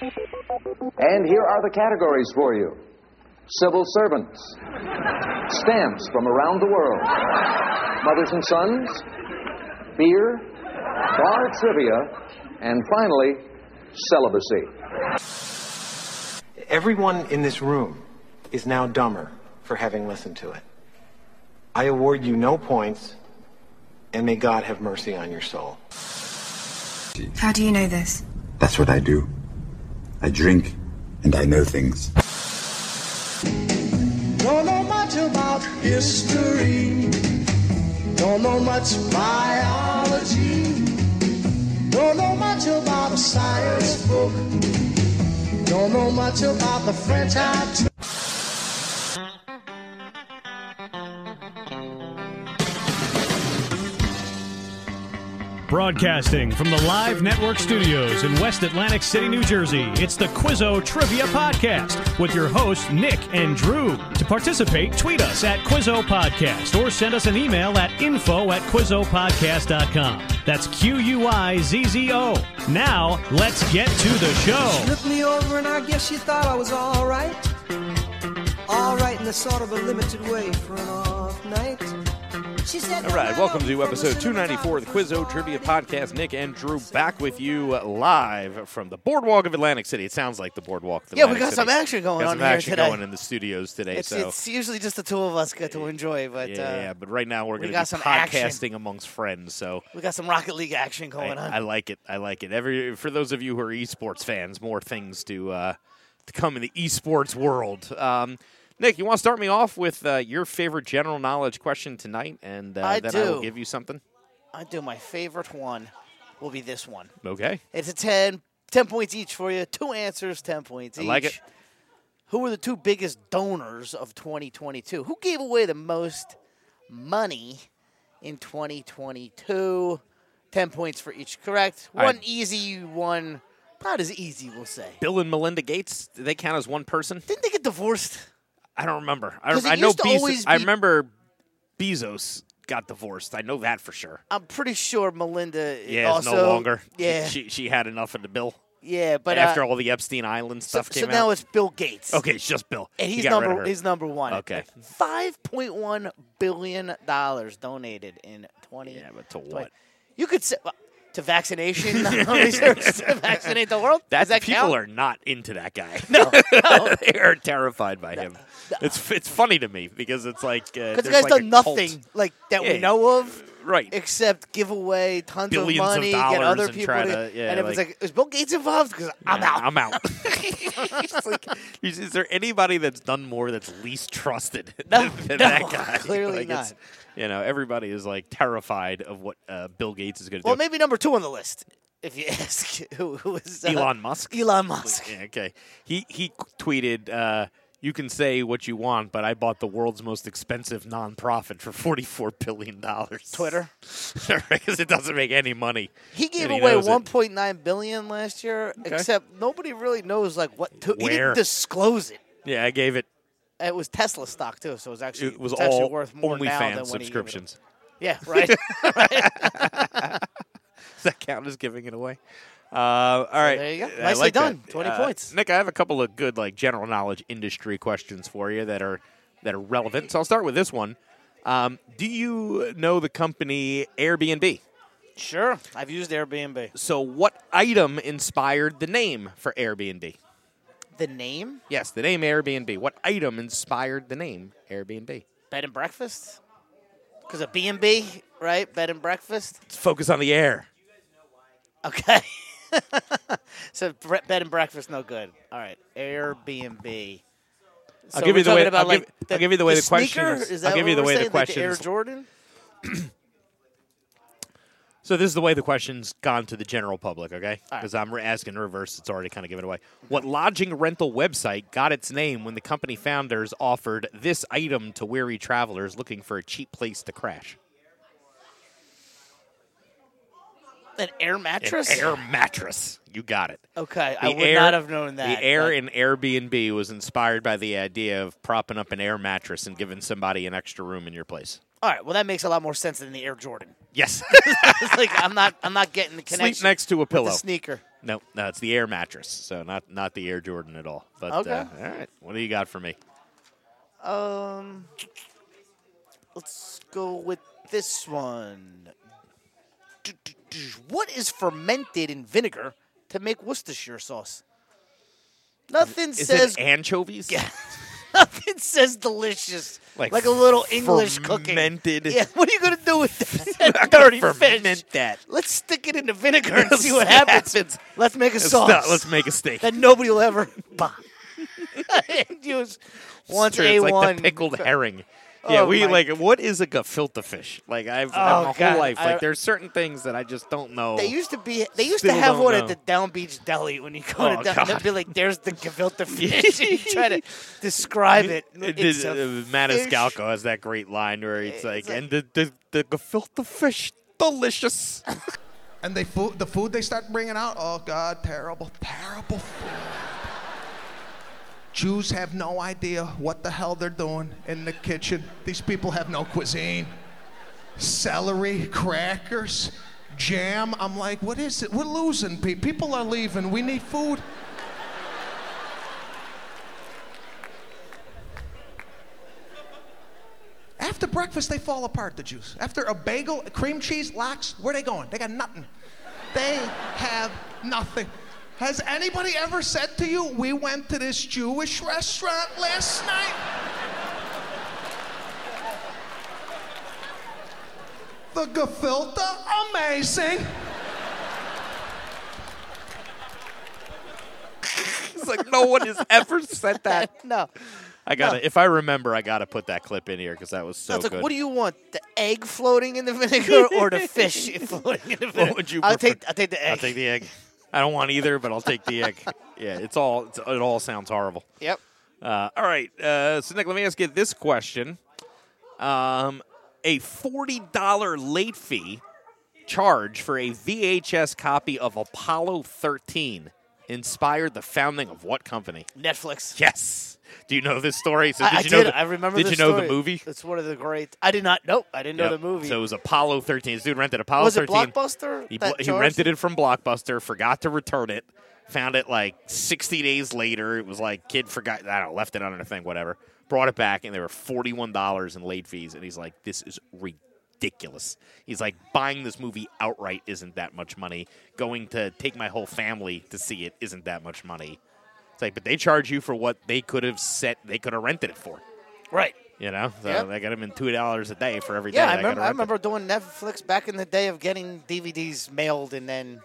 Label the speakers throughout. Speaker 1: And here are the categories for you civil servants, stamps from around the world, mothers and sons, beer, bar trivia, and finally, celibacy.
Speaker 2: Everyone in this room is now dumber for having listened to it. I award you no points, and may God have mercy on your soul.
Speaker 3: How do you know this?
Speaker 4: That's what I do. I drink, and I know things.
Speaker 5: Don't know much about history. Don't know much biology. Don't know much about a science book. Don't know much about the French I took.
Speaker 6: Broadcasting from the Live Network studios in West Atlantic City, New Jersey, it's the Quizzo Trivia Podcast with your hosts, Nick and Drew. To participate, tweet us at Quizzo Podcast or send us an email at info at QuizzoPodcast.com. That's Q U I Z Z O. Now, let's get to the show.
Speaker 7: Looked me over and I guess you thought I was all right. All right in a sort of a limited way for an off night. She said,
Speaker 8: All right, welcome to episode 294 of the Quizzo Trivia Podcast. Nick and Drew back with you uh, live from the boardwalk of Atlantic City. It sounds like the boardwalk. Of
Speaker 9: Yeah, we
Speaker 8: Atlantic
Speaker 9: got some
Speaker 8: City.
Speaker 9: action going
Speaker 8: Got
Speaker 9: on
Speaker 8: some
Speaker 9: here
Speaker 8: action
Speaker 9: today.
Speaker 8: going in the studios today.
Speaker 9: It's,
Speaker 8: so
Speaker 9: it's usually just the two of us get to enjoy, but
Speaker 8: yeah,
Speaker 9: uh,
Speaker 8: yeah, but right now we're
Speaker 9: we
Speaker 8: going to
Speaker 9: got
Speaker 8: be
Speaker 9: some
Speaker 8: podcasting
Speaker 9: action.
Speaker 8: amongst friends. So
Speaker 9: we got some Rocket League action
Speaker 8: I,
Speaker 9: going on.
Speaker 8: I like it. I like it. Every for those of you who are esports fans, more things to uh, to come in the esports world. Um, Nick, you want to start me off with uh, your favorite general knowledge question tonight, and uh,
Speaker 9: I
Speaker 8: then I will
Speaker 9: do.
Speaker 8: give you something.
Speaker 9: I do my favorite one will be this one.
Speaker 8: Okay.
Speaker 9: It's a 10, 10 points each for you. Two answers, 10 points
Speaker 8: I
Speaker 9: each.
Speaker 8: like it.
Speaker 9: Who were the two biggest donors of 2022? Who gave away the most money in 2022? 10 points for each correct.
Speaker 8: All right.
Speaker 9: One easy, one not as easy, we'll say.
Speaker 8: Bill and Melinda Gates, do they count as one person?
Speaker 9: Didn't they get divorced?
Speaker 8: I don't remember. I,
Speaker 9: 'Cause it
Speaker 8: I know
Speaker 9: used to
Speaker 8: Bezos.
Speaker 9: always
Speaker 8: I
Speaker 9: be-
Speaker 8: remember Bezos got divorced. I know that for sure.
Speaker 9: I'm pretty sure Melinda
Speaker 8: Yeah, it's
Speaker 9: also
Speaker 8: no longer.
Speaker 9: Yeah,
Speaker 8: She she had enough of the bill
Speaker 9: yeah, but
Speaker 8: after
Speaker 9: uh,
Speaker 8: all the Epstein Island
Speaker 9: so,
Speaker 8: stuff
Speaker 9: so
Speaker 8: came out.
Speaker 9: now it's Bill Gates.
Speaker 8: okay, it's just Bill.
Speaker 9: and
Speaker 8: He
Speaker 9: he's
Speaker 8: got rid of
Speaker 9: number
Speaker 8: her.
Speaker 9: he's number one.
Speaker 8: Okay.
Speaker 9: five point one billion dollars donated in twenty.
Speaker 8: Yeah, but to what?
Speaker 9: You could say well, to vaccination research to vaccinate the world.
Speaker 8: That,
Speaker 9: Does that
Speaker 8: people
Speaker 9: count?
Speaker 8: are not into that guy. No, they are terrified by him. It's it's funny to me because it's like because
Speaker 9: because the guy's done nothing like that
Speaker 8: Yeah.
Speaker 9: we know of.
Speaker 8: Right.
Speaker 9: Except give away tons
Speaker 8: Billions
Speaker 9: of
Speaker 8: of
Speaker 9: money, get
Speaker 8: dollars
Speaker 9: other
Speaker 8: and
Speaker 9: people
Speaker 8: try to- yeah,
Speaker 9: and if it's
Speaker 8: like-
Speaker 9: like, is Bill Gates involved? Because I'm
Speaker 8: Yeah,
Speaker 9: out.
Speaker 8: I'm out. It's like, is, is there anybody that's done more that's least trusted
Speaker 9: No,
Speaker 8: than
Speaker 9: no,
Speaker 8: that guy?
Speaker 9: clearly
Speaker 8: Like, it's-
Speaker 9: not.
Speaker 8: You know, everybody is like terrified of what uh, Bill Gates is going to
Speaker 9: Well,
Speaker 8: do.
Speaker 9: maybe number two on the list, if you ask who, who is uh,
Speaker 8: Elon Musk.
Speaker 9: Elon Musk.
Speaker 8: Yeah, okay, he he tweeted. Uh, you can say what you want, but I bought the world's most expensive nonprofit for forty-four billion dollars.
Speaker 9: Twitter.
Speaker 8: because it doesn't make any money.
Speaker 9: He gave
Speaker 8: And he
Speaker 9: away
Speaker 8: knows it.
Speaker 9: 1.9 billion last year, except nobody really knows like what to. He
Speaker 8: Where?
Speaker 9: didn't disclose it.
Speaker 8: Yeah, I gave it.
Speaker 9: And It was Tesla stock too, so it was actually
Speaker 8: It was
Speaker 9: it's actually
Speaker 8: all
Speaker 9: worth more now than when he
Speaker 8: OnlyFans
Speaker 9: gave it
Speaker 8: subscriptions.
Speaker 9: away. Yeah, right.
Speaker 8: Does that count as giving it away? Uh, all right.
Speaker 9: there you go.
Speaker 8: I
Speaker 9: Nicely
Speaker 8: like that.
Speaker 9: done. 20
Speaker 8: Uh,
Speaker 9: points.
Speaker 8: Nick, I have a couple of good like general knowledge industry questions for you that are that are relevant. So I'll start with this one. Um, do you know the company Airbnb?
Speaker 9: sure, I've used Airbnb.
Speaker 8: So what item inspired the name for Airbnb?
Speaker 9: The name
Speaker 8: Yes, the name Airbnb. What item inspired the name Airbnb?
Speaker 9: bed and breakfast, because of B and B, right? Bed and breakfast.
Speaker 8: Let's focus on the air.
Speaker 9: Okay. so bre- bed and breakfast, no good. All right, Airbnb. So
Speaker 8: I'll give
Speaker 9: we're
Speaker 8: you the way.
Speaker 9: talking about,
Speaker 8: I'll,
Speaker 9: like,
Speaker 8: give, I'll give you the way the, question
Speaker 9: sneaker?
Speaker 8: is.
Speaker 9: Is
Speaker 8: I'll
Speaker 9: that
Speaker 8: give you
Speaker 9: what
Speaker 8: the
Speaker 9: we're
Speaker 8: way
Speaker 9: saying?
Speaker 8: the question
Speaker 9: Like
Speaker 8: is.
Speaker 9: the Air Jordan.
Speaker 8: So this is the way the question's gone to the general public, okay?
Speaker 9: All right.
Speaker 8: Because I'm re- asking in reverse, it's already kind of given away. What lodging rental website got its name when the company founders offered this item to weary travelers looking for a cheap place to crash?
Speaker 9: An air
Speaker 8: An
Speaker 9: mattress?
Speaker 8: air mattress. You got it.
Speaker 9: Okay, I
Speaker 8: The
Speaker 9: would
Speaker 8: air-
Speaker 9: not have known that.
Speaker 8: The air
Speaker 9: but-
Speaker 8: in Airbnb was inspired by the idea of propping up an air mattress and giving somebody an extra room in your place.
Speaker 9: all right, well that makes a lot more sense than the Air Jordan.
Speaker 8: Yes.
Speaker 9: it's like I'm not I'm not getting the
Speaker 8: Sleep
Speaker 9: connection.
Speaker 8: next to a
Speaker 9: with
Speaker 8: pillow.
Speaker 9: the sneaker.
Speaker 8: No, no, it's the Air mattress. So not not the Air Jordan at all. But
Speaker 9: Okay.
Speaker 8: uh, all right, what do you got for me?
Speaker 9: Um, let's go with this one. What is fermented in vinegar to make Worcestershire sauce? Nothing
Speaker 8: Is
Speaker 9: says
Speaker 8: it anchovies? Yeah.
Speaker 9: nothing says delicious
Speaker 8: Like
Speaker 9: like, a little English
Speaker 8: fermented-
Speaker 9: cooking. Yeah, what are you gonna do with that, dirty fish?
Speaker 8: ferment that.
Speaker 9: Let's stick it in the vinegar and see what happens. Let's make a
Speaker 8: Let's,
Speaker 9: sauce
Speaker 8: not- let's make a steak.
Speaker 9: that nobody will ever buy. And use once
Speaker 8: Sure, it's
Speaker 9: A1
Speaker 8: like the pickled herring. Yeah,
Speaker 9: Oh,
Speaker 8: we
Speaker 9: my-
Speaker 8: like what is a gefilte fish? Like I've, I've
Speaker 9: Oh,
Speaker 8: my
Speaker 9: God,
Speaker 8: whole life.
Speaker 9: I-
Speaker 8: Like there's certain things that I just don't know.
Speaker 9: They used to be. They used
Speaker 8: Still
Speaker 9: to have
Speaker 8: don't
Speaker 9: one
Speaker 8: know.
Speaker 9: at the Down Beach Deli when you go
Speaker 8: Oh,
Speaker 9: to Down. They'd
Speaker 8: God.
Speaker 9: be like, "There's the gefilte fish." and you try to describe it.
Speaker 8: It
Speaker 9: It's
Speaker 8: did-
Speaker 9: a
Speaker 8: uh, Matt
Speaker 9: fish.
Speaker 8: Escalco has that great line where it's like,
Speaker 9: it's like-
Speaker 8: and the, the, the gefilte fish, delicious.
Speaker 10: And they food, the food they start bringing out, oh God, terrible, terrible food. Jews have no idea what the hell they're doing in the kitchen. These people have no cuisine. Celery, crackers, jam. I'm like, what is it? We're losing. pe- People are leaving. We need food. After breakfast, they fall apart, the Jews. After a bagel, cream cheese, lox, where they going? They got nothing. They have nothing. Has anybody ever said to you, we went to this Jewish restaurant last night? The gefilte, amazing.
Speaker 8: It's like no one has ever said that.
Speaker 9: No,
Speaker 8: I gotta, if I remember, I gotta put that clip in here because that was so
Speaker 9: I was like,
Speaker 8: good.
Speaker 9: "What do you want? The egg floating in the vinegar or the fish floating in the vinegar?"
Speaker 8: would you
Speaker 9: I'll
Speaker 8: prefer?
Speaker 9: take. I'll take the egg.
Speaker 8: I'll take the egg. I don't want either, but I'll take the egg. yeah, it's all it's, it all sounds horrible.
Speaker 9: Yep.
Speaker 8: Uh, all right, uh, so Nick, let me ask you this question: um, a forty dollar late fee charge for a VHS copy of Apollo thirteen inspired the founding of what company?
Speaker 9: Netflix.
Speaker 8: Yes. Do you know this story? So
Speaker 9: I, I
Speaker 8: you
Speaker 9: did.
Speaker 8: know the-
Speaker 9: I remember.
Speaker 8: Did
Speaker 9: the
Speaker 8: you know
Speaker 9: story.
Speaker 8: the movie?
Speaker 9: It's one of the great. I did not. Nope. I didn't know
Speaker 8: Yep.
Speaker 9: the movie.
Speaker 8: So it was Apollo 13. This dude rented Apollo
Speaker 9: was it
Speaker 8: 13.
Speaker 9: Blockbuster?
Speaker 8: He,
Speaker 9: that
Speaker 8: bl- he
Speaker 9: charged?
Speaker 8: rented it from Blockbuster, forgot to return it, found it like 60 days later. It was like, kid forgot, I don't know, left it under the thing, whatever. Brought it back, and there were $41 in late fees. And he's like, this is ridiculous. He's like, buying this movie outright isn't that much money. Going to take my whole family to see it isn't that much money. It's like, but they charge you for what they could have set, they could have rented it for.
Speaker 9: Right.
Speaker 8: You know, so
Speaker 9: Yeah.
Speaker 8: they got him in two dollars a day for every day.
Speaker 9: Yeah,
Speaker 8: they
Speaker 9: I
Speaker 8: got
Speaker 9: remember. I
Speaker 8: rented.
Speaker 9: remember doing Netflix back in the day of getting DVDs mailed and then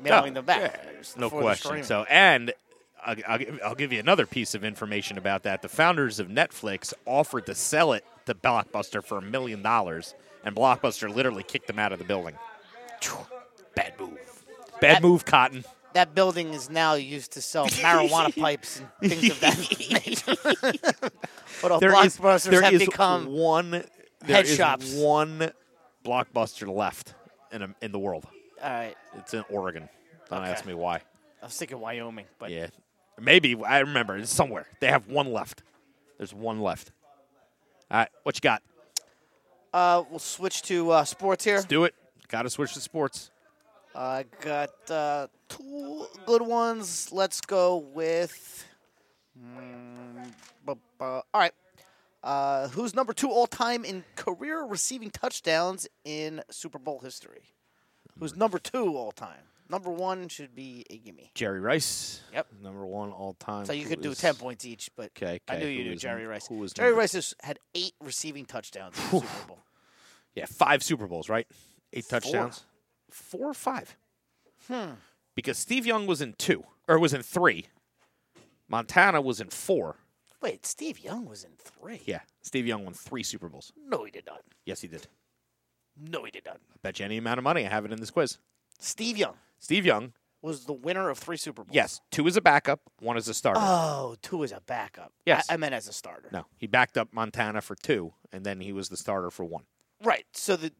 Speaker 9: mailing
Speaker 8: Oh,
Speaker 9: them back.
Speaker 8: yeah, there's no
Speaker 9: before the
Speaker 8: question.
Speaker 9: streaming.
Speaker 8: So, and I'll, I'll, give- I'll give you another piece of information about that. The founders of Netflix offered to sell it to Blockbuster for a million dollars, and Blockbuster literally kicked them out of the building. Bad move. Bad move, Cotton.
Speaker 9: that building is now used to sell marijuana pipes and things of that nature. but all
Speaker 8: There is-
Speaker 9: blockbusters
Speaker 8: there
Speaker 9: have
Speaker 8: is
Speaker 9: become.
Speaker 8: one there
Speaker 9: head
Speaker 8: is
Speaker 9: shops.
Speaker 8: One Blockbuster left in a, in the world.
Speaker 9: all right,
Speaker 8: It's in Oregon. Don't
Speaker 9: Okay.
Speaker 8: ask me why.
Speaker 9: I was thinking Wyoming, but
Speaker 8: Yeah. Maybe I remember it's somewhere. They have one left. There's one left. All right, what you got?
Speaker 9: uh, we'll switch to uh, sports here.
Speaker 8: Do it. Got to switch to sports.
Speaker 9: I got uh, two good ones. Let's go with. Mm, bu- bu- all right. Uh, who's number two all time in career receiving touchdowns in Super Bowl history? Who's number two all time? Number one should be a gimme.
Speaker 8: Jerry Rice.
Speaker 9: Yep.
Speaker 8: Number one all time.
Speaker 9: So you
Speaker 8: Who
Speaker 9: could do
Speaker 8: is-
Speaker 9: 10 points each, but
Speaker 8: Okay,
Speaker 9: I
Speaker 8: okay.
Speaker 9: knew you
Speaker 8: Who
Speaker 9: knew
Speaker 8: is
Speaker 9: Jerry
Speaker 8: num-
Speaker 9: Rice.
Speaker 8: who is
Speaker 9: Jerry
Speaker 8: number-
Speaker 9: Rice has had eight receiving touchdowns in the Super Bowl.
Speaker 8: Yeah, five Super Bowls, right? Eight touchdowns. Four or five. Hmm. Because Steve Young was in two, or was in three. Montana was in four.
Speaker 9: Wait, Steve Young was in three.
Speaker 8: Yeah, Steve Young won three Super Bowls.
Speaker 9: No, he did not.
Speaker 8: Yes, he did.
Speaker 9: No, he did not.
Speaker 8: I bet you any amount of money I have it in this quiz.
Speaker 9: Steve Young
Speaker 8: Steve Young,
Speaker 9: was the winner of three Super Bowls.
Speaker 8: yes, two as a backup, one as a starter.
Speaker 9: Oh, two as a backup.
Speaker 8: Yes.
Speaker 9: I, I meant as a starter.
Speaker 8: No, he backed up Montana for two, and then he was the starter for one.
Speaker 9: Right. So the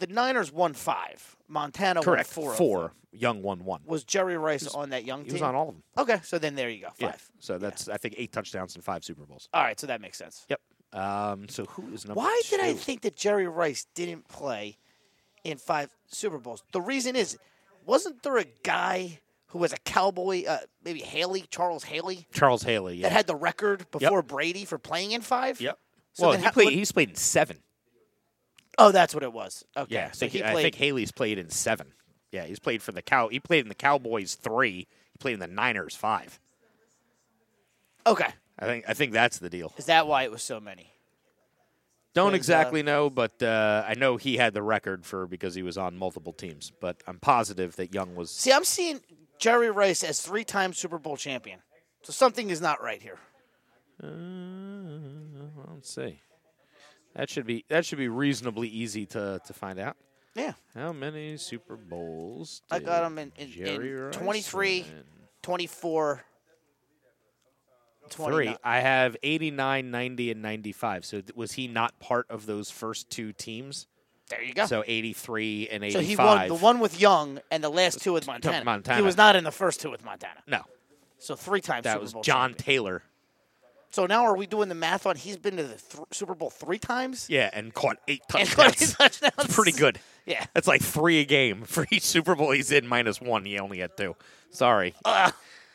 Speaker 9: the Niners won five. Montana
Speaker 8: Correct.
Speaker 9: won four. of them.
Speaker 8: Four. Young won one.
Speaker 9: Was Jerry Rice on that Young
Speaker 8: He
Speaker 9: team?
Speaker 8: was on all of them.
Speaker 9: Okay, so then there you go. Five.
Speaker 8: Yeah. So that's I think eight touchdowns and five Super Bowls.
Speaker 9: All right, so that makes sense.
Speaker 8: Yep. Um, so who is number?
Speaker 9: Why did I
Speaker 8: two?
Speaker 9: think that Jerry Rice didn't play in five Super Bowls? The reason is, wasn't there a guy who was a cowboy, uh, maybe Haley, Charles Haley,
Speaker 8: Charles Haley. Yeah.
Speaker 9: that had the record before Brady for playing in five.
Speaker 8: Yep.
Speaker 9: So
Speaker 8: well,
Speaker 9: then
Speaker 8: he
Speaker 9: how-
Speaker 8: played.
Speaker 9: what-
Speaker 8: he's played in seven.
Speaker 9: Oh, that's what it was. Okay.
Speaker 8: Yeah, I
Speaker 9: so
Speaker 8: think,
Speaker 9: he
Speaker 8: I
Speaker 9: played.
Speaker 8: think Haley's played in seven. Yeah, he's played for the cow. He played in the Cowboys three. He played in the Niners five.
Speaker 9: okay.
Speaker 8: I think I think that's the deal.
Speaker 9: Is that why it was so many?
Speaker 8: Don't
Speaker 9: Is, uh,
Speaker 8: exactly know, but uh, I know he had the record for because he was on multiple teams. But I'm positive that Young was.
Speaker 9: See, I'm seeing Jerry Rice as three-time Super Bowl champion. So something is not right here.
Speaker 8: Let's see. That should be that should be reasonably easy to to find out.
Speaker 9: Yeah.
Speaker 8: How many Super Bowls?
Speaker 9: I
Speaker 8: did
Speaker 9: got him in, in,
Speaker 8: Jerry
Speaker 9: in
Speaker 8: Rice
Speaker 9: 23,
Speaker 8: win?
Speaker 9: 24,
Speaker 8: Three.
Speaker 9: 29.
Speaker 8: I have 89, 90, and 95. So th- was he not part of those first two teams?
Speaker 9: There you go.
Speaker 8: So 83 and 85.
Speaker 9: So he won the one with Young and the last two with Montana.
Speaker 8: Montana.
Speaker 9: He was not in the first two with Montana.
Speaker 8: No,
Speaker 9: So three times
Speaker 8: that
Speaker 9: Super
Speaker 8: was
Speaker 9: Bowl
Speaker 8: John
Speaker 9: champion.
Speaker 8: Taylor.
Speaker 9: So now are we doing the math on he's been to the th- Super Bowl three times?
Speaker 8: Yeah, and caught eight
Speaker 9: And
Speaker 8: touchdowns.
Speaker 9: caught eight touchdowns.
Speaker 8: That's pretty good.
Speaker 9: Yeah.
Speaker 8: That's like three a game for each Super Bowl he's in, minus one. He only had two. Sorry.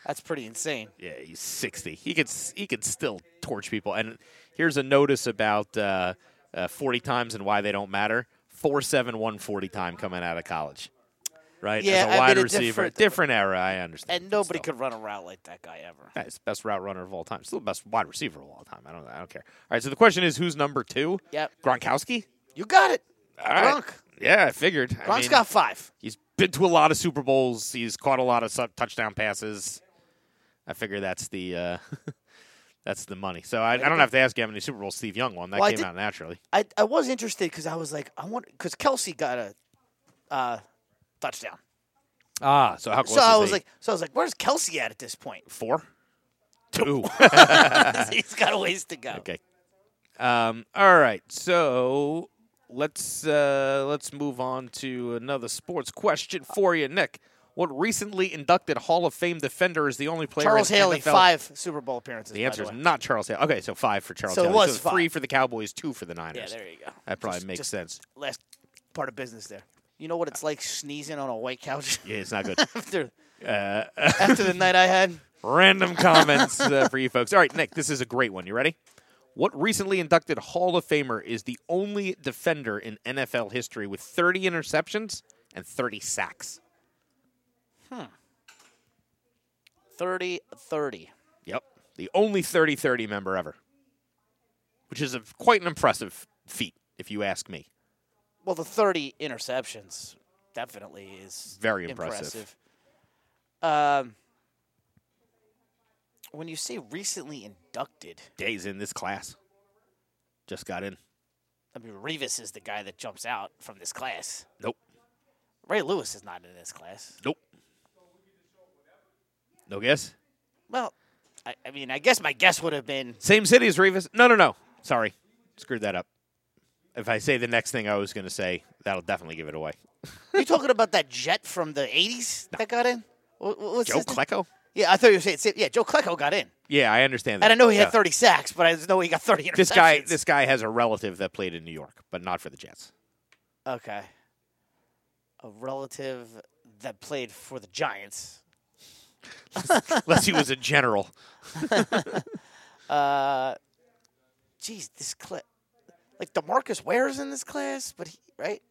Speaker 9: That's pretty insane.
Speaker 8: Yeah, he's 60. He could s- he could still torch people. And here's a notice about uh, uh, 40 times and why they don't matter. 471 40 time coming out of college. Right?
Speaker 9: Yeah, I
Speaker 8: As
Speaker 9: mean,
Speaker 8: a wide
Speaker 9: a
Speaker 8: receiver.
Speaker 9: different-
Speaker 8: Different, era, I understand.
Speaker 9: And
Speaker 8: but
Speaker 9: nobody
Speaker 8: still.
Speaker 9: could run a route like that guy ever.
Speaker 8: Yeah, he's the best route runner of all time. Still the best wide receiver of all time. I don't I don't care. All right, so the question is who's number 2?
Speaker 9: Yep.
Speaker 8: Gronkowski?
Speaker 9: You got it.
Speaker 8: All right.
Speaker 9: Gronk.
Speaker 8: Yeah, I figured. I
Speaker 9: Gronk's
Speaker 8: mean,
Speaker 9: got five.
Speaker 8: He's been to a lot of Super Bowls. He's caught a lot of su- touchdown passes. I figure that's the uh, that's the money. So I, I don't have to ask you how many Super Bowls Steve Young won. That
Speaker 9: Well, I
Speaker 8: came
Speaker 9: did-
Speaker 8: out naturally.
Speaker 9: I, I was interested because I was like, I want because Kelsey got a uh, touchdown.
Speaker 8: Ah, so how close?
Speaker 9: So I
Speaker 8: is
Speaker 9: was
Speaker 8: he?
Speaker 9: like, so I was like, where's Kelsey at at this point?
Speaker 8: four, two.
Speaker 9: He's got a ways to go.
Speaker 8: okay. Um, all right. So let's uh, let's move on to another sports question for you, Nick. What recently inducted Hall of Fame defender is the only player?
Speaker 9: Charles
Speaker 8: in
Speaker 9: Haley,
Speaker 8: NFL
Speaker 9: five Super Bowl appearances.
Speaker 8: The answer
Speaker 9: by
Speaker 8: is
Speaker 9: the way.
Speaker 8: not Charles Haley. Okay, so five for Charles
Speaker 9: So it
Speaker 8: Haley.
Speaker 9: was
Speaker 8: it's three
Speaker 9: five.
Speaker 8: for the Cowboys, two for the Niners.
Speaker 9: Yeah, there you go.
Speaker 8: That probably
Speaker 9: Just-
Speaker 8: makes
Speaker 9: just
Speaker 8: sense.
Speaker 9: Last part of business there. You know what it's like sneezing on a white couch
Speaker 8: Yeah, it's not good.
Speaker 9: after
Speaker 8: Uh,
Speaker 9: after the night I had.
Speaker 8: Random comments uh, for you folks. All right, Nick, this is a great one. You ready? What recently inducted Hall of Famer is the only defender in NFL history with 30 interceptions and 30 sacks?
Speaker 9: 30 30.
Speaker 8: Yep. The only 30 30 member ever, which is a, quite an impressive feat, if you ask me.
Speaker 9: Well, the 30 interceptions definitely is
Speaker 8: Very impressive.
Speaker 9: impressive. Um, when you say recently inducted,
Speaker 8: Days in this class. Just got in.
Speaker 9: I mean, Revis is the guy that jumps out from this class.
Speaker 8: Nope.
Speaker 9: Ray Lewis is not in this class.
Speaker 8: Nope. No guess?
Speaker 9: Well, I, I mean, I guess my guess would have been
Speaker 8: Same city as Revis. No, no, no. Sorry. Screwed that up. If I say the next thing I was going to say, that'll definitely give it away.
Speaker 9: you talking about that jet from the 80s that got in? Wha- wha- What's
Speaker 8: Joe
Speaker 9: his name?
Speaker 8: Klecko?
Speaker 9: Yeah, I thought you were saying, yeah, Joe Klecko got in.
Speaker 8: Yeah, I understand that.
Speaker 9: And I know he
Speaker 8: Yeah.
Speaker 9: had 30 sacks, but I just know he got 30 interceptions.
Speaker 8: This guy, this guy has a relative that played in New York, but not for the Jets.
Speaker 9: Okay. A relative that played for the Giants.
Speaker 8: Unless he was a general.
Speaker 9: Uh, geez, this class. Like Demarcus Ware's in this class, but he right.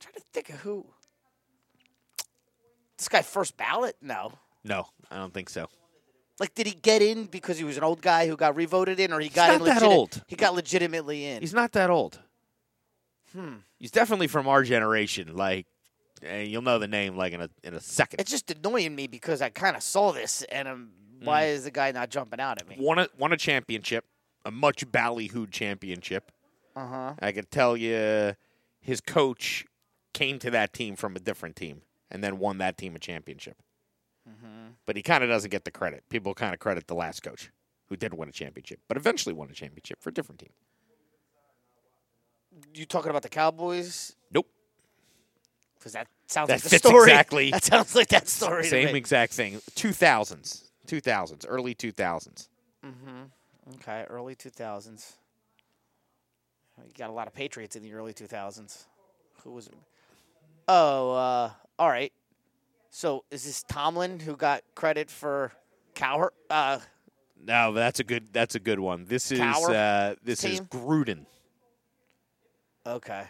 Speaker 9: trying to think of who. This guy first ballot? No.
Speaker 8: No, I don't think so.
Speaker 9: Like, did he get in because he was an old guy who got revoted in, or he got
Speaker 8: not
Speaker 9: in
Speaker 8: that
Speaker 9: legiti-
Speaker 8: old.
Speaker 9: He got legitimately in.
Speaker 8: He's not that old. Hmm. He's definitely from our generation. Like, and you'll know the name like in a in a second.
Speaker 9: it's just annoying me because I kind of saw this, and i
Speaker 8: Mm.
Speaker 9: why is the guy not jumping out at me?
Speaker 8: won a won a championship, a much ballyhooed championship.
Speaker 9: Uh huh.
Speaker 8: I could tell you his coach came to that team from a different team and then won that team a championship.
Speaker 9: Mm-hmm.
Speaker 8: But he kind of doesn't get the credit. People kind of credit the last coach who did win a championship, but eventually won a championship for a different team.
Speaker 9: You talking about the Cowboys?
Speaker 8: Nope.
Speaker 9: Because that sounds
Speaker 8: That
Speaker 9: like the
Speaker 8: fits
Speaker 9: story.
Speaker 8: exactly.
Speaker 9: That sounds like that story. to
Speaker 8: Same
Speaker 9: me.
Speaker 8: exact thing. 2000s. 2000s. Early 2000s.
Speaker 9: Okay, early 2000s. You got a lot of Patriots in the early 2000s. Who was? Oh, uh, all right. So is this Tomlin who got credit for Cowher? Uh,
Speaker 8: No, that's a good. That's a good one. This is
Speaker 9: Cowher
Speaker 8: uh, this is
Speaker 9: team?
Speaker 8: Gruden,
Speaker 9: okay.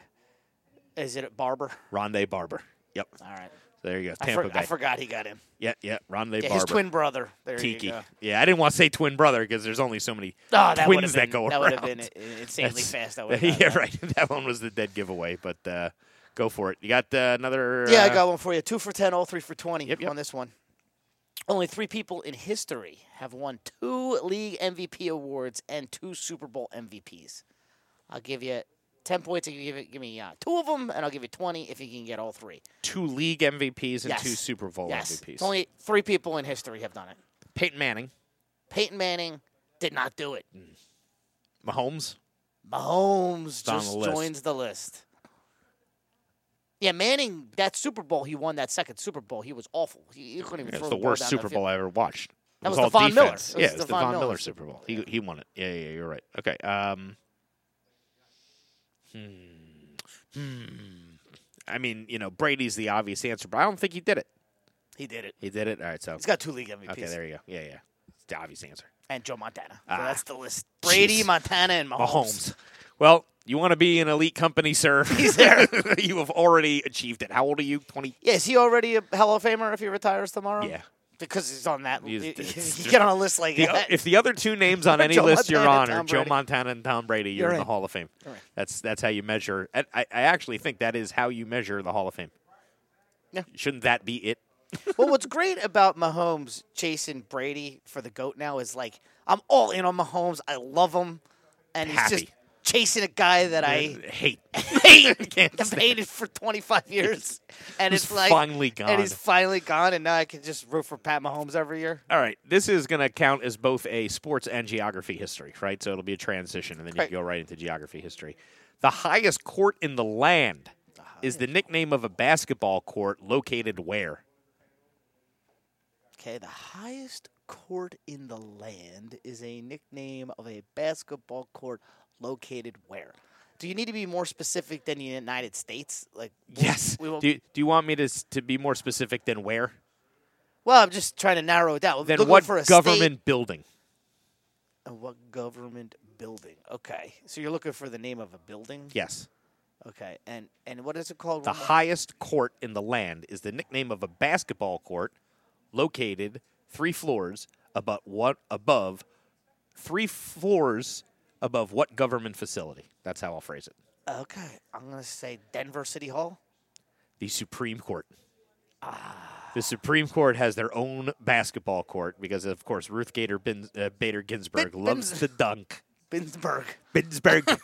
Speaker 9: Is it Barber?
Speaker 8: Rondé Barber. Yep.
Speaker 9: All right.
Speaker 8: There you go.
Speaker 9: I,
Speaker 8: Tampa
Speaker 9: for-
Speaker 8: Bay.
Speaker 9: I forgot he got him.
Speaker 8: Yeah, yeah. Rondé
Speaker 9: Yeah,
Speaker 8: Barber.
Speaker 9: his twin brother. There
Speaker 8: Tiki.
Speaker 9: you go.
Speaker 8: Yeah, I didn't want to say twin brother because there's only so many
Speaker 9: Oh, that would've
Speaker 8: twins that
Speaker 9: been-
Speaker 8: go
Speaker 9: that
Speaker 8: around.
Speaker 9: would've been i- insanely
Speaker 8: That's-
Speaker 9: fast. I would've
Speaker 8: yeah,
Speaker 9: got that.
Speaker 8: right. That one was the dead giveaway, but uh, go for it. You got uh, another?
Speaker 9: Yeah, I
Speaker 8: uh,
Speaker 9: got one for you. Two for ten, all three for 20
Speaker 8: Yep, yep.
Speaker 9: on this one. Only three people in history have won two league MVP awards and two Super Bowl MVPs. I'll give you 10 points if you give, it, give me uh, two of them, and I'll give you 20 if you can get all three.
Speaker 8: two league MVPs and
Speaker 9: Yes.
Speaker 8: two Super Bowl
Speaker 9: yes.
Speaker 8: MVPs.
Speaker 9: It's Only three people in history have done it.
Speaker 8: Peyton Manning,
Speaker 9: Peyton Manning did not do it.
Speaker 8: Mahomes.
Speaker 9: Mahomes
Speaker 8: on
Speaker 9: just
Speaker 8: the list.
Speaker 9: joins the list. Yeah, Manning, that Super Bowl, he won that second Super Bowl. He was awful. He, he couldn't even
Speaker 8: It
Speaker 9: throw
Speaker 8: was the
Speaker 9: ball
Speaker 8: worst
Speaker 9: down
Speaker 8: Super
Speaker 9: the
Speaker 8: Bowl
Speaker 9: field.
Speaker 8: I ever watched. It
Speaker 9: That was
Speaker 8: all
Speaker 9: the Von Miller.
Speaker 8: defense.
Speaker 9: It was
Speaker 8: yeah, it
Speaker 9: the
Speaker 8: was the
Speaker 9: Von
Speaker 8: Von
Speaker 9: Miller
Speaker 8: Miller
Speaker 9: Super
Speaker 8: Super Bowl. He, he won it. Yeah, yeah, you're right. Okay. Um, hmm. Hmm. I mean, you know, Brady's the obvious answer, but I don't think he did it.
Speaker 9: He did it.
Speaker 8: He did it. All right, so
Speaker 9: He's got two league MVPs.
Speaker 8: okay, there you go. Yeah, yeah, it's the obvious answer.
Speaker 9: and Joe Montana. So
Speaker 8: Ah.
Speaker 9: that's the list. Brady,
Speaker 8: Jeez.
Speaker 9: Montana, and Mahomes.
Speaker 8: Mahomes. Well, you want to be an elite company, sir?
Speaker 9: He's there.
Speaker 8: you have already achieved it. How old are you? Twenty.
Speaker 9: Yeah, is he already a Hall of Famer if he retires tomorrow?
Speaker 8: Yeah.
Speaker 9: Because he's on that.
Speaker 8: He's-
Speaker 9: You,
Speaker 8: it's-
Speaker 9: you get on a list like
Speaker 8: The-
Speaker 9: that.
Speaker 8: if the other two names on any
Speaker 9: Joe
Speaker 8: list you're
Speaker 9: Montana
Speaker 8: on
Speaker 9: and
Speaker 8: are
Speaker 9: Tom
Speaker 8: Joe
Speaker 9: Brady.
Speaker 8: Montana and Tom Brady, you're,
Speaker 9: You're
Speaker 8: in the
Speaker 9: in.
Speaker 8: Hall of Fame.
Speaker 9: You're in.
Speaker 8: That's that's how you measure. and I, I actually think that is how you measure the Hall of Fame.
Speaker 9: Yeah.
Speaker 8: Shouldn't that be it?
Speaker 9: well, what's great about Mahomes chasing Brady for the GOAT now is like, I'm all in on Mahomes. I love him. And he's
Speaker 8: Happy.
Speaker 9: just chasing a guy that I
Speaker 8: hate.
Speaker 9: hate.
Speaker 8: Can't
Speaker 9: I've
Speaker 8: stand
Speaker 9: hated for 25 years. And
Speaker 8: He's
Speaker 9: it's like.
Speaker 8: finally gone.
Speaker 9: And he's finally gone. And now I can just root for Pat Mahomes every year.
Speaker 8: All right, this is going to count as both a sports and geography history, right? So it'll be a transition, and then
Speaker 9: Right.
Speaker 8: you go right into geography history. The highest court in the land is the nickname of a basketball court located where?
Speaker 9: Okay, the highest court in the land is a nickname of a basketball court located where? Do you need to be more specific than the United States? Like, w-
Speaker 8: Yes.
Speaker 9: we will.
Speaker 8: do, do you want me to s- to be more specific than where?
Speaker 9: well, I'm just trying to narrow it down.
Speaker 8: Then
Speaker 9: Looking
Speaker 8: what
Speaker 9: for a
Speaker 8: government
Speaker 9: state
Speaker 8: building?
Speaker 9: and what government building? Okay, so you're looking for the name of a building.
Speaker 8: Yes.
Speaker 9: Okay, and and what is it called?
Speaker 8: The
Speaker 9: one more-
Speaker 8: highest court in the land is the nickname of a basketball court located three floors above what above three floors above what government facility? That's how I'll phrase it.
Speaker 9: Okay, I'm gonna say Denver City Hall.
Speaker 8: The Supreme Court.
Speaker 9: Ah.
Speaker 8: The Supreme Court has their own basketball court because, of course, Ruth Gator Bin, uh, Bader Ginsburg
Speaker 9: Bin-
Speaker 8: loves
Speaker 9: Bins-
Speaker 8: to dunk.
Speaker 9: Binsburg.
Speaker 8: Ginsburg.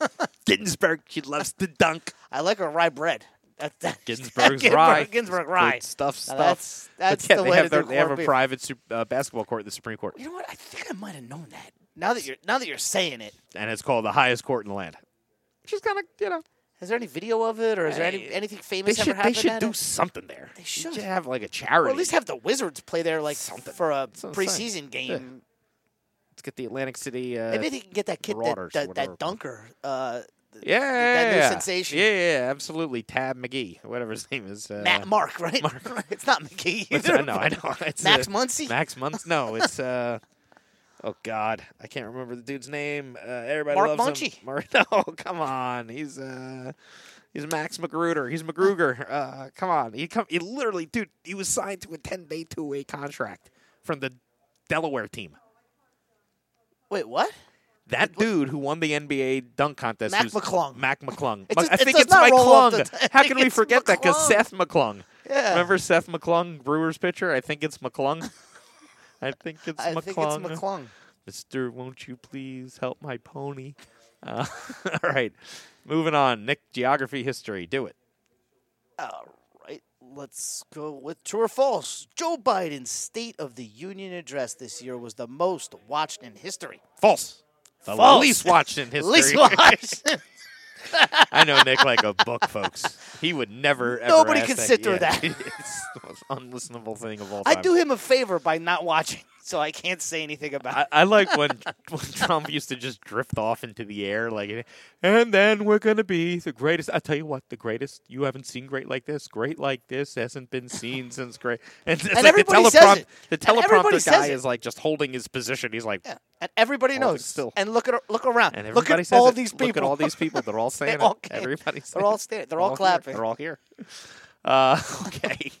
Speaker 8: Ginsburg. She loves to dunk.
Speaker 9: I like her rye bread. That, that,
Speaker 8: Ginsburg's
Speaker 9: Ginsburg,
Speaker 8: rye.
Speaker 9: Ginsburg
Speaker 8: Great
Speaker 9: rye.
Speaker 8: Stuff, stuff.
Speaker 9: Now that's-
Speaker 8: But
Speaker 9: that's
Speaker 8: yeah,
Speaker 9: the
Speaker 8: they
Speaker 9: way
Speaker 8: have
Speaker 9: to do
Speaker 8: their- They have
Speaker 9: corned
Speaker 8: a
Speaker 9: beef.
Speaker 8: private su- uh, basketball court at the Supreme Court,
Speaker 9: You know what? I think I might have known that. Now that you're now that you're saying it,
Speaker 8: and it's called the highest court in the land. She's kind of, you know,
Speaker 9: is there any video of it, or is there any,
Speaker 8: Hey,
Speaker 9: anything
Speaker 8: they
Speaker 9: famous
Speaker 8: should,
Speaker 9: ever
Speaker 8: they
Speaker 9: happened?
Speaker 8: should
Speaker 9: at
Speaker 8: do
Speaker 9: it?
Speaker 8: something there. They
Speaker 9: should.
Speaker 8: have like a charity.
Speaker 9: or at least have the Wizards play there, like
Speaker 8: Something.
Speaker 9: for a
Speaker 8: That's what I'm saying.
Speaker 9: preseason game.
Speaker 8: Let's get the Atlantic City. Uh,
Speaker 9: Maybe they can get that kid,
Speaker 8: Marauders
Speaker 9: that,
Speaker 8: or
Speaker 9: that,
Speaker 8: whatever.
Speaker 9: that dunker. Uh,
Speaker 8: yeah,
Speaker 9: that new
Speaker 8: yeah,
Speaker 9: sensation.
Speaker 8: Yeah, yeah, absolutely. Tab McGee, whatever his name is. Uh,
Speaker 9: Matt Mark, right?
Speaker 8: Mark.
Speaker 9: it's not McGee.
Speaker 8: What's
Speaker 9: either.
Speaker 8: that? No, I know. It's,
Speaker 9: Max
Speaker 8: uh,
Speaker 9: Muncy?
Speaker 8: Max Muncy. No, it's. Uh, oh God, I can't remember the dude's name. Uh, everybody
Speaker 9: Mark
Speaker 8: loves him.
Speaker 9: Muncy.
Speaker 8: Mark No, come on. He's uh, he's Max Magruder. He's McGruger. Uh, come on. He come. He literally, dude. He was signed to a ten day two way contract from the Delaware team.
Speaker 9: Wait, what?
Speaker 8: That dude who won the NBA dunk contest,
Speaker 9: Mac
Speaker 8: who's-
Speaker 9: McClung.
Speaker 8: Mac McClung.
Speaker 9: It
Speaker 8: Mc-
Speaker 9: just-
Speaker 8: I
Speaker 9: it
Speaker 8: think
Speaker 9: does
Speaker 8: it's
Speaker 9: not roll off the
Speaker 8: McClung.
Speaker 9: tongue.
Speaker 8: How
Speaker 9: I
Speaker 8: can
Speaker 9: think
Speaker 8: we
Speaker 9: it's
Speaker 8: forget that? Because
Speaker 9: McClung.
Speaker 8: Seth McClung.
Speaker 9: Yeah.
Speaker 8: Remember Seth McClung, Brewers pitcher? I think it's McClung. I think it's
Speaker 9: I
Speaker 8: McClung.
Speaker 9: think it's McClung.
Speaker 8: Mister, won't you please help my pony? Uh, all right, moving on. Nick, geography, history. Do it.
Speaker 9: All right, let's go with true or false. Joe Biden's State of the Union address this year was the most watched in history.
Speaker 8: False. The
Speaker 9: False.
Speaker 8: least watched in history.
Speaker 9: Least watched.
Speaker 8: I know Nick like a book, folks. He would never. Ever
Speaker 9: Nobody
Speaker 8: ask
Speaker 9: consider
Speaker 8: that.
Speaker 9: that.
Speaker 8: Yeah. it's the most unlistenable thing of all time.
Speaker 9: I do him a favor by not watching. so I can't say anything about
Speaker 8: I,
Speaker 9: it.
Speaker 8: I like when, when Trump used to just drift off into the air, like, and then we're gonna be the greatest. I tell you what, the greatest. You haven't seen great like this. Great like this hasn't been seen since great. And, it's
Speaker 9: And
Speaker 8: like
Speaker 9: everybody
Speaker 8: the
Speaker 9: says it.
Speaker 8: The
Speaker 9: And everybody
Speaker 8: teleprompter
Speaker 9: says
Speaker 8: guy
Speaker 9: it.
Speaker 8: is like just holding his position. He's like,
Speaker 9: Yeah. And everybody
Speaker 8: Hold it
Speaker 9: knows.
Speaker 8: still.
Speaker 9: And look at look around.
Speaker 8: and
Speaker 9: look
Speaker 8: everybody
Speaker 9: at
Speaker 8: says
Speaker 9: all
Speaker 8: it.
Speaker 9: these people.
Speaker 8: Look at all these people. They're all saying
Speaker 9: all
Speaker 8: it.
Speaker 9: came.
Speaker 8: Everybody's.
Speaker 9: They're
Speaker 8: saying
Speaker 9: all
Speaker 8: it.
Speaker 9: sta- they're all
Speaker 8: here.
Speaker 9: clapping.
Speaker 8: They're all here. Uh, okay,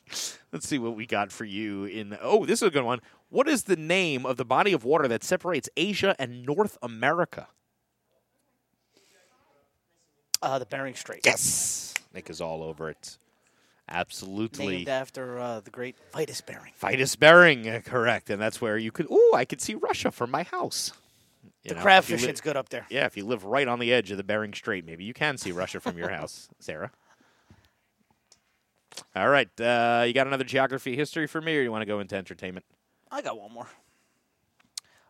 Speaker 8: let's see what we got for you. In oh, this is a good one. What is the name of the body of water that separates Asia and North America?
Speaker 9: uh, the Bering Strait.
Speaker 8: Yes. Nick is all over it. Absolutely.
Speaker 9: Named after uh, the great Vitus Bering.
Speaker 8: Vitus Bering, uh, correct. And that's where you could, ooh, I could see Russia from my house. You
Speaker 9: The
Speaker 8: know,
Speaker 9: crab
Speaker 8: if you li-
Speaker 9: fishing's good up there.
Speaker 8: Yeah, if you live right on the edge of the Bering Strait, maybe you can see Russia from your house, Sarah. All right. Uh, you got another geography history for me, or you want to go into entertainment?
Speaker 9: I got one more.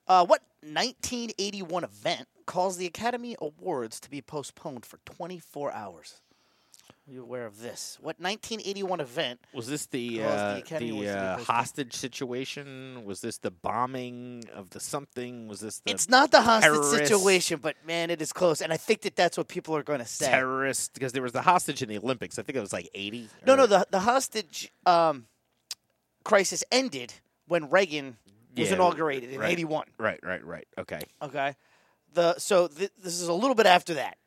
Speaker 9: Uh, what 1981 event caused the Academy Awards to be postponed for 24 hours? Are you aware of this? What 1981 event?
Speaker 8: Was this the
Speaker 9: Caused the
Speaker 8: uh, the,
Speaker 9: Academy Awards to be
Speaker 8: uh,
Speaker 9: postponed.
Speaker 8: hostage situation? Was this the bombing of the something? Was this the
Speaker 9: It's not the hostage
Speaker 8: terrorist-
Speaker 9: situation, but man, it is close, and I think that that's what people are going to say.
Speaker 8: terrorist? Because there was the hostage in the Olympics. I think it was like eighty.
Speaker 9: No,
Speaker 8: or-
Speaker 9: no, the the hostage um, crisis ended when Reagan was
Speaker 8: Yeah,
Speaker 9: inaugurated in
Speaker 8: right.
Speaker 9: '81.
Speaker 8: Right, right, right. Okay.
Speaker 9: Okay, the so th- this is a little bit after that.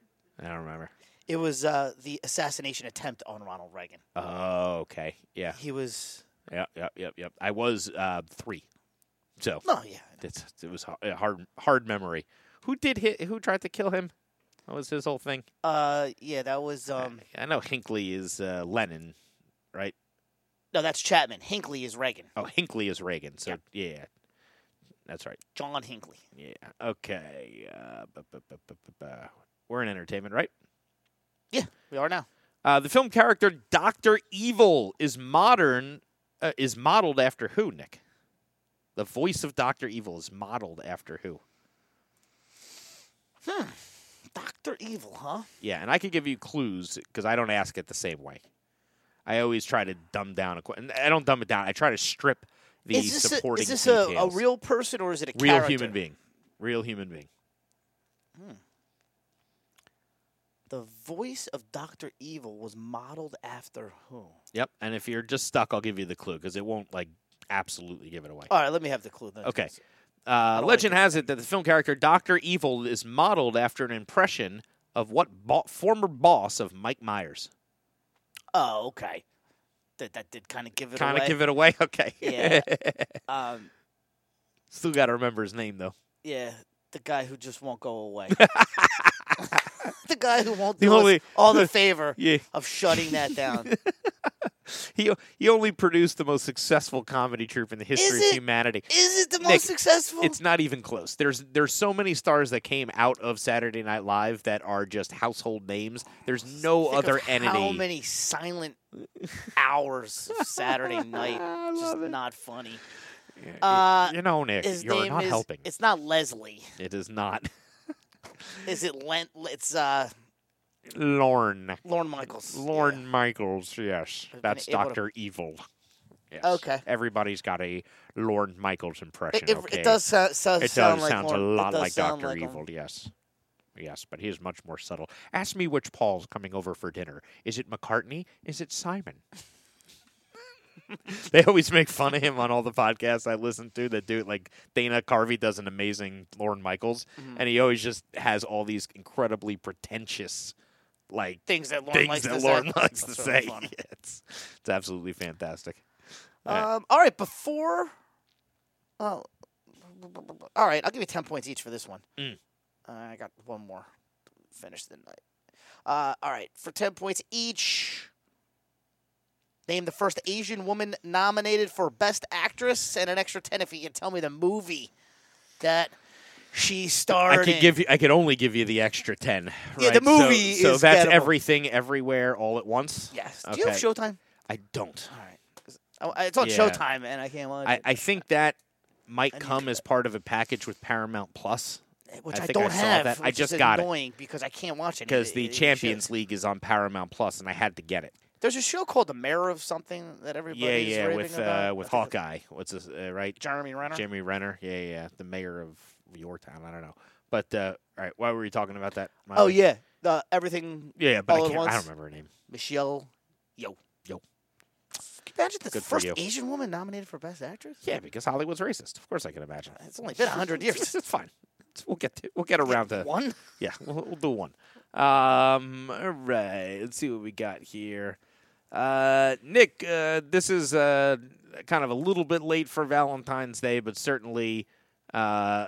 Speaker 8: I don't remember.
Speaker 9: It was uh, the assassination attempt on Ronald Reagan.
Speaker 8: Oh, okay. Yeah.
Speaker 9: He was
Speaker 8: Yep, yep, yep, yep. I was uh, three. So
Speaker 9: no, yeah,
Speaker 8: it's, it was ha- a hard hard memory. Who did hit who tried to kill him? That was his whole thing.
Speaker 9: uh, yeah, that was um,
Speaker 8: I know Hinckley is uh, Lenin, right?
Speaker 9: no, that's Chapman. Hinckley is Reagan.
Speaker 8: Oh, Hinckley is Reagan. So yeah. That's right.
Speaker 9: John Hinckley.
Speaker 8: Yeah. Okay. Uh, bu- bu- bu- bu- bu- bu- We're in entertainment, right?
Speaker 9: Yeah, we are now.
Speaker 8: Uh, the film character Doctor Evil is modern uh, is modeled after who, Nick? The voice of Doctor Evil is modeled after who?
Speaker 9: Doctor Evil, huh?
Speaker 8: Yeah, and I could give you clues because I don't ask it the same way. I always try to dumb down a question. I don't dumb it down. I try to strip the
Speaker 9: Is this a,
Speaker 8: supporting
Speaker 9: is this a, a
Speaker 8: details.
Speaker 9: real person or is it a
Speaker 8: real
Speaker 9: character?
Speaker 8: human being? Real human being.
Speaker 9: The voice of Doctor Evil was modeled after who?
Speaker 8: Yep. And if you're just stuck, I'll give you the clue because it won't like absolutely give it away.
Speaker 9: All right, let me have the clue. Then.
Speaker 8: Okay. Uh, legend has it that the film character Doctor Evil is modeled after an impression of what bo- former boss of Mike Myers.
Speaker 9: Oh, okay. That that did kind of give it
Speaker 8: Kind
Speaker 9: away.
Speaker 8: of give it away. Okay.
Speaker 9: Yeah. um,
Speaker 8: Still got to remember his name though.
Speaker 9: yeah, the guy who just won't go away. the guy who won't
Speaker 8: The
Speaker 9: do
Speaker 8: only-
Speaker 9: us all the favor
Speaker 8: Yeah.
Speaker 9: of shutting that down.
Speaker 8: He he only produced the most successful comedy troupe in the history
Speaker 9: Is
Speaker 8: of
Speaker 9: it?
Speaker 8: humanity.
Speaker 9: Is it the
Speaker 8: Nick,
Speaker 9: most successful?
Speaker 8: It's not even close. There's there's so many stars that came out of Saturday Night Live that are just household names. There's no
Speaker 9: Think of
Speaker 8: other
Speaker 9: How
Speaker 8: entity.
Speaker 9: many silent hours of Saturday night? just not funny. Uh,
Speaker 8: you know, Nick,
Speaker 9: His
Speaker 8: you're
Speaker 9: name
Speaker 8: not
Speaker 9: is.
Speaker 8: helping.
Speaker 9: It's not Leslie.
Speaker 8: It is not
Speaker 9: Is it Len? It's uh,
Speaker 8: Lorne.
Speaker 9: Lorne Michaels.
Speaker 8: Lorne Michaels, yes.
Speaker 9: been
Speaker 8: That's
Speaker 9: able to-
Speaker 8: Dr. Evil. Yes.
Speaker 9: Okay.
Speaker 8: Everybody's got a Lorne Michaels impression.
Speaker 9: It, it,
Speaker 8: okay.
Speaker 9: it does so, so,
Speaker 8: It
Speaker 9: sound
Speaker 8: does
Speaker 9: like
Speaker 8: sound
Speaker 9: Lorne,
Speaker 8: a
Speaker 9: it
Speaker 8: lot
Speaker 9: does
Speaker 8: like
Speaker 9: sound
Speaker 8: Dr.
Speaker 9: him.
Speaker 8: Evil, yes. Yes, but he is much more subtle. Ask me which Paul's coming over for dinner. Is it McCartney? Is it Simon? they always make fun of him on all the podcasts I listen to that do it. Like Dana Carvey does an amazing Lorne Michaels,
Speaker 9: Mm-hmm.
Speaker 8: and he always just has all these incredibly pretentious, like
Speaker 9: Things that Lorne
Speaker 8: things
Speaker 9: likes
Speaker 8: that
Speaker 9: to
Speaker 8: Lauren
Speaker 9: say.
Speaker 8: likes to
Speaker 9: That's
Speaker 8: say.
Speaker 9: really funny.
Speaker 8: It's, it's absolutely fantastic.
Speaker 9: Um, all right, before. Uh, all right, I'll give you 10 points each for this one.
Speaker 8: Mm.
Speaker 9: Uh, I got one more. to Finish the night. Uh, all right, for 10 points each. Name the first Asian woman nominated for Best Actress, and an extra 10 if you can tell me the movie that she starred
Speaker 8: I
Speaker 9: in.
Speaker 8: could give you. I could only give you the extra ten.
Speaker 9: Yeah, the
Speaker 8: right? So-
Speaker 9: movie
Speaker 8: So,
Speaker 9: is
Speaker 8: that's
Speaker 9: gettable.
Speaker 8: everything, everywhere, all at once.
Speaker 9: Yes.
Speaker 8: Okay.
Speaker 9: Do you have Showtime?
Speaker 8: I don't.
Speaker 9: All right. 'Cause I- I- It's on
Speaker 8: Yeah.
Speaker 9: Showtime, and I can't watch
Speaker 8: I,
Speaker 9: it.
Speaker 8: I think that might
Speaker 9: need to
Speaker 8: come
Speaker 9: go
Speaker 8: as part of a package with Paramount Plus
Speaker 9: which
Speaker 8: I
Speaker 9: I,
Speaker 8: think I
Speaker 9: don't
Speaker 8: saw
Speaker 9: have.
Speaker 8: that. I
Speaker 9: which
Speaker 8: just
Speaker 9: is
Speaker 8: got it.
Speaker 9: annoying because I can't watch it
Speaker 8: because
Speaker 9: It-
Speaker 8: the
Speaker 9: it should.
Speaker 8: Champions League is on Paramount Plus, and I had to get it.
Speaker 9: There's a show called The Mayor of Something that everybody's
Speaker 8: Yeah, yeah,
Speaker 9: raving
Speaker 8: with
Speaker 9: about.
Speaker 8: uh, with
Speaker 9: I think it's
Speaker 8: Hawkeye. What's his uh, right?
Speaker 9: Jeremy Renner.
Speaker 8: Jeremy Renner. Yeah, yeah, yeah, the mayor of your town. I don't know. But uh, all right, why were you talking about that?
Speaker 9: oh
Speaker 8: Miley?
Speaker 9: yeah, the everything.
Speaker 8: yeah, yeah, but I,
Speaker 9: all at
Speaker 8: can't, I
Speaker 9: once.
Speaker 8: don't remember her name.
Speaker 9: Michelle, yo, Can
Speaker 8: Yo.
Speaker 9: you Imagine the
Speaker 8: Good for
Speaker 9: first
Speaker 8: you.
Speaker 9: Asian woman nominated for Best Actress.
Speaker 8: Yeah, because Hollywood's racist. Of course, I can imagine.
Speaker 9: It's only been 100 years.
Speaker 8: it's fine. It's- We'll get to, we'll get around to
Speaker 9: One.
Speaker 8: Yeah, we'll, we'll do one. Um, all right, let's see what we got here. Uh, Nick, uh, this is uh, kind of a little bit late for Valentine's Day, but certainly uh,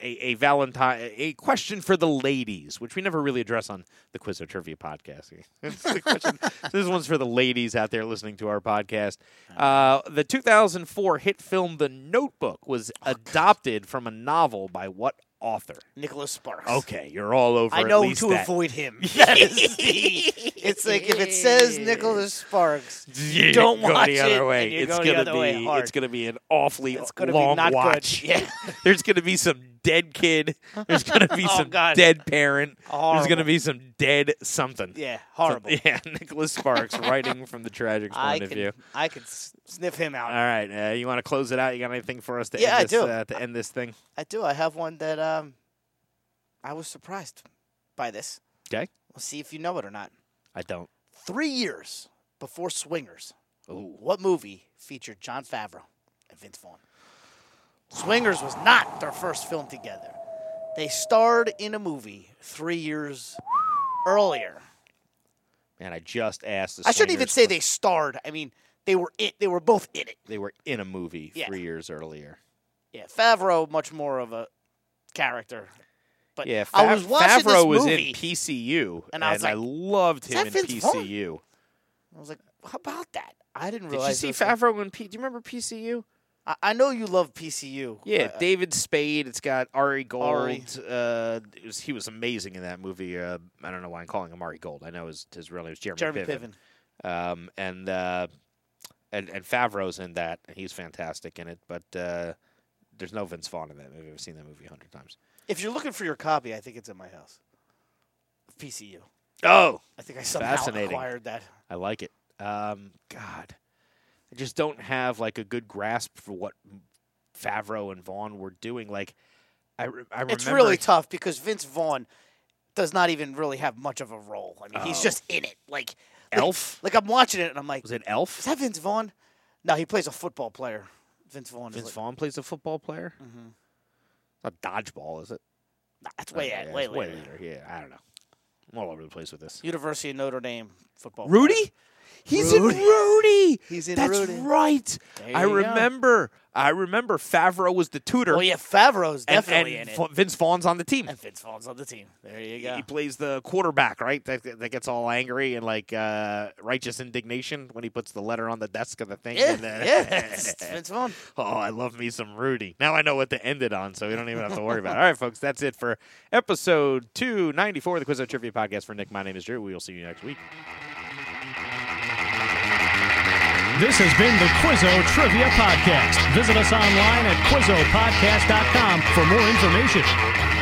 Speaker 8: a, a Valentine a question for the ladies, which we never really address on the Quiz or Trivia podcast. It's the question- this one's for the ladies out there listening to our podcast. Uh, the 2004 hit film The Notebook was adopted from a novel by what author?
Speaker 9: Nicholas Sparks.
Speaker 8: Okay, you're all over.
Speaker 9: I
Speaker 8: at
Speaker 9: know
Speaker 8: least
Speaker 9: to
Speaker 8: that.
Speaker 9: avoid him. That is the. It's like if it says Nicholas Sparks,
Speaker 8: You
Speaker 9: don't
Speaker 8: go
Speaker 9: watch
Speaker 8: the other
Speaker 9: it,
Speaker 8: way.
Speaker 9: and you
Speaker 8: it's
Speaker 9: go the
Speaker 8: gonna
Speaker 9: other
Speaker 8: be.
Speaker 9: way hard.
Speaker 8: It's gonna be an awfully
Speaker 9: it's going to
Speaker 8: long
Speaker 9: be not
Speaker 8: watch.
Speaker 9: good. Yeah.
Speaker 8: There's gonna be some dead kid. There's gonna be
Speaker 9: Oh,
Speaker 8: some
Speaker 9: God.
Speaker 8: dead parent. There's
Speaker 9: Horrible.
Speaker 8: gonna be some dead something.
Speaker 9: Yeah,
Speaker 8: Some-
Speaker 9: horrible.
Speaker 8: yeah, Nicholas Sparks writing from the tragic point
Speaker 9: I
Speaker 8: of
Speaker 9: could,
Speaker 8: view.
Speaker 9: I could s- sniff him out.
Speaker 8: All right, uh, you want to close it out? You got anything for us to
Speaker 9: Yeah, I
Speaker 8: end this,
Speaker 9: do.
Speaker 8: Uh, to end this thing?
Speaker 9: I do. I have one that um, I was surprised by this.
Speaker 8: Okay,
Speaker 9: We'll see if you know it or not.
Speaker 8: I don't.
Speaker 9: Three years before Swingers, what movie featured John Favreau and Vince Vaughn? Swingers was not their first film together. They starred in a movie three years earlier.
Speaker 8: Man, I just asked. The
Speaker 9: I shouldn't even
Speaker 8: Swingers
Speaker 9: say
Speaker 8: for-
Speaker 9: they starred. I mean, they were it. They were both in it.
Speaker 8: they were in a movie
Speaker 9: Yeah.
Speaker 8: three years earlier.
Speaker 9: Yeah, Favreau much more of a character. But
Speaker 8: Yeah,
Speaker 9: I was
Speaker 8: Fav-
Speaker 9: watching
Speaker 8: Favreau
Speaker 9: this
Speaker 8: was
Speaker 9: movie.
Speaker 8: in PCU,
Speaker 9: and I was like,
Speaker 8: loved
Speaker 9: "Is
Speaker 8: him
Speaker 9: that
Speaker 8: in
Speaker 9: Vince Vaughn?"
Speaker 8: PCU.
Speaker 9: I was like, how about that? I didn't
Speaker 8: Did you
Speaker 9: realize.
Speaker 8: see
Speaker 9: this was-
Speaker 8: Favreau in P? Do you remember PCU?
Speaker 9: I, I know you love PCU.
Speaker 8: Yeah,
Speaker 9: Uh,
Speaker 8: David Spade. It's got Ari Gold.
Speaker 9: Ari.
Speaker 8: Uh, it was, he was amazing in that movie. Uh, I don't know why I'm calling him Ari Gold. I know his his real name is Jeremy,
Speaker 9: Jeremy
Speaker 8: Piven.
Speaker 9: Piven.
Speaker 8: Um, and uh, and and Favreau's in that. and He's fantastic in it. But uh, there's no Vince Vaughn in that movie. I've seen that movie a hundred times.
Speaker 9: If you're looking for your copy, I think it's in my house. Of PCU.
Speaker 8: Oh,
Speaker 9: I think I somehow
Speaker 8: Fascinating.
Speaker 9: acquired that.
Speaker 8: I like it. Um, God, I just don't have like a good grasp for what Favreau and Vaughn were doing. Like, I, re- I remember
Speaker 9: It's really tough because Vince Vaughn does not even really have much of a role. I mean, he's just in it. Like like-
Speaker 8: Elf?
Speaker 9: Like, I'm watching it and I'm like,
Speaker 8: Oh. was it
Speaker 9: is
Speaker 8: Elf?
Speaker 9: that Vince Vaughn? No, he plays a football player. Vince Vaughn.
Speaker 8: Vince
Speaker 9: is like,
Speaker 8: Vaughn plays a football player. Mm-hmm. Not dodgeball, is it?
Speaker 9: Nah, that's way,
Speaker 8: Okay,
Speaker 9: out-
Speaker 8: yeah,
Speaker 9: way,
Speaker 8: it's
Speaker 9: later.
Speaker 8: Yeah, I don't know. I'm all over the place with this.
Speaker 9: University of Notre Dame football. player.
Speaker 8: Rudy? He's in Rudy.
Speaker 9: He's in
Speaker 8: That's
Speaker 9: Rudy.
Speaker 8: right.
Speaker 9: There
Speaker 8: I
Speaker 9: you go.
Speaker 8: remember. I remember Favreau was the tutor.
Speaker 9: Well, Oh, yeah, Favreau's
Speaker 8: and-
Speaker 9: definitely
Speaker 8: and
Speaker 9: in it.
Speaker 8: Va- Vince Vaughn's on the team.
Speaker 9: and Vince Vaughn's on the team. There you
Speaker 8: He
Speaker 9: go.
Speaker 8: plays the quarterback, right? That, that gets all angry and like uh, righteous indignation when he puts the letter on the desk of the thing.
Speaker 9: Yeah,
Speaker 8: and, uh,
Speaker 9: yeah. it's Vince Vaughn.
Speaker 8: Oh, I love me some Rudy. Now I know what to end it on, so we don't even have to worry about it. All right, folks, that's it for episode 294 of the Quiz of Trivia Podcast. For Nick, my name is Drew. We will see you next week.
Speaker 6: This has been the Quizzo Trivia Podcast. Visit us online at quizzopodcast.com for more information.